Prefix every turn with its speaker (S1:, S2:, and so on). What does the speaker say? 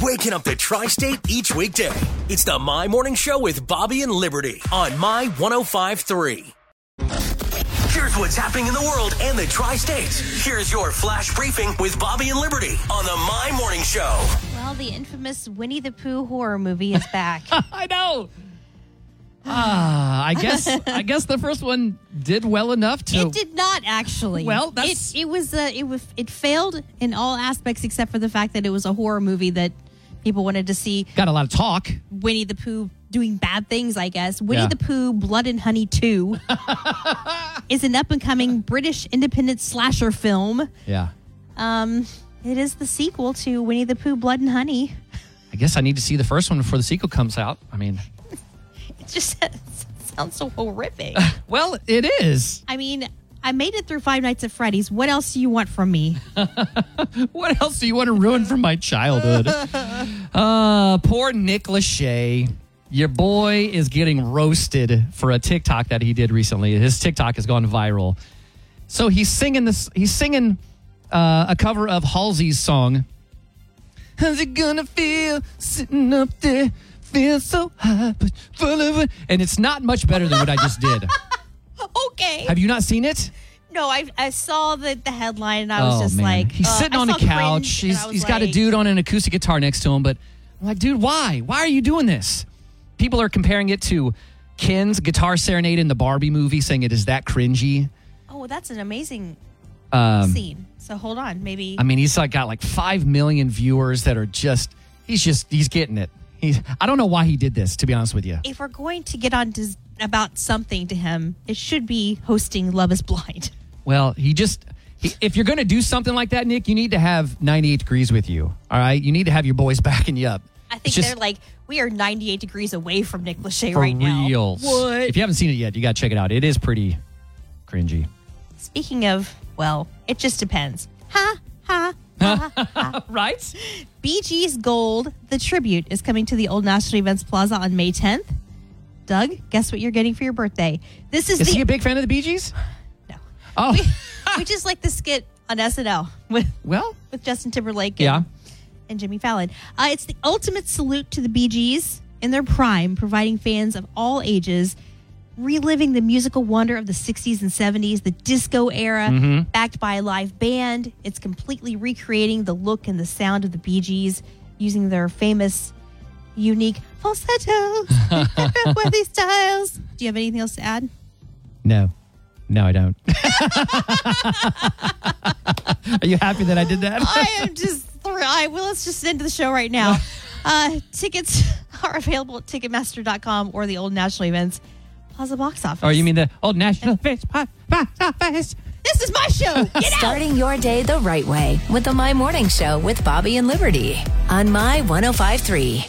S1: waking up the tri state each weekday. It's the My Morning Show with Bobby and Liberty on My 1053. Here's what's happening in the world and the tri state. Here's your flash briefing with Bobby and Liberty on the My Morning Show.
S2: Well, the infamous Winnie the Pooh horror movie is back.
S3: I know. Ah, I guess I guess the first one did well enough to
S2: It did not actually.
S3: Well, that's-
S2: it, it was uh, it was it failed in all aspects except for the fact that it was a horror movie that people wanted to see
S3: got a lot of talk.
S2: Winnie the Pooh doing bad things. I guess Winnie
S3: Yeah.
S2: the Pooh Blood and Honey Two is an up and coming British independent slasher film.
S3: Yeah.
S2: Um, it is the sequel to Winnie the Pooh Blood and Honey.
S3: I guess I need to see the first one before the sequel comes out. I mean,
S2: It just sounds so horrific.
S3: well, it is.
S2: I mean, I made it through Five Nights at Freddy's. What else do you want from me?
S3: What else do you want to ruin from my childhood? Uh, poor Nick Lachey. Your boy is getting roasted for a TikTok that he did recently. His TikTok has gone viral. So he's singing this. He's singing uh, a cover of Halsey's song. How's it gonna feel sitting up there? Feel so high, but full of it. And it's not much better than what I just did.
S2: okay.
S3: Have you not seen it?
S2: No, I, I saw the, the headline and I was just like,
S3: Oh, he's
S2: uh,
S3: sitting
S2: I
S3: on a
S2: saw Cringe
S3: couch.
S2: and
S3: He's,
S2: I was
S3: he's got a
S2: like,
S3: dude on an acoustic guitar next to him, but I'm like, dude, why? Why are you doing this? People are comparing it to Ken's guitar serenade in the Barbie movie, saying it is that cringy.
S2: Oh, that's an amazing
S3: Um,
S2: scene. So hold on, maybe.
S3: I mean, he's like got like five million viewers that are just he's just he's getting it. He's, I don't know why he did this, to be honest with you.
S2: if we're going to get on to, about something to him, it should be hosting Love is Blind.
S3: Well, he just he, if you're going to do something like that, Nick, you need to have 98 degrees with you. All right, you need to have your boys backing you up.
S2: I
S3: It's
S2: think
S3: just-
S2: they're like, we are 98 degrees away from Nick Lachey
S3: for
S2: right now.
S3: real.
S2: What?
S3: If you haven't seen it yet, you got to check it out. It is pretty cringy.
S2: Speaking of, well, it just depends. Ha, ha,
S3: Right?
S2: Bee Gees Gold, the tribute, is coming to the Old National Events Plaza on May 10th. Doug, guess what you're getting for your birthday? This is,
S3: Is
S2: the.
S3: he a big fan of the Bee Gees?
S2: no.
S3: Oh,
S2: we just like the skit on SNL with,
S3: well,
S2: with Justin Timberlake and,
S3: Yeah.
S2: and Jimmy Fallon. Uh, it's the ultimate salute to the Bee Gees in their prime, providing fans of all ages reliving the musical wonder of the 60s and 70s, the disco era, backed by a live band. It's completely recreating the look and the sound of the Bee Gees using their famous, unique falsettos, worthy styles. Do you have anything else to add?
S3: no. No, I don't. Are you happy that I did that?
S2: I am just thrilled. I well, let's just end the show right now. Uh, tickets are available at Ticketmaster.com or the Old National Events Plaza box office.
S3: Or Oh, you mean the old National Face Pop Pop Pop Face?
S2: this is my show? Get out.
S4: Starting your day oh the right way with the My Morning Show with Bobby and Liberty on My 1053.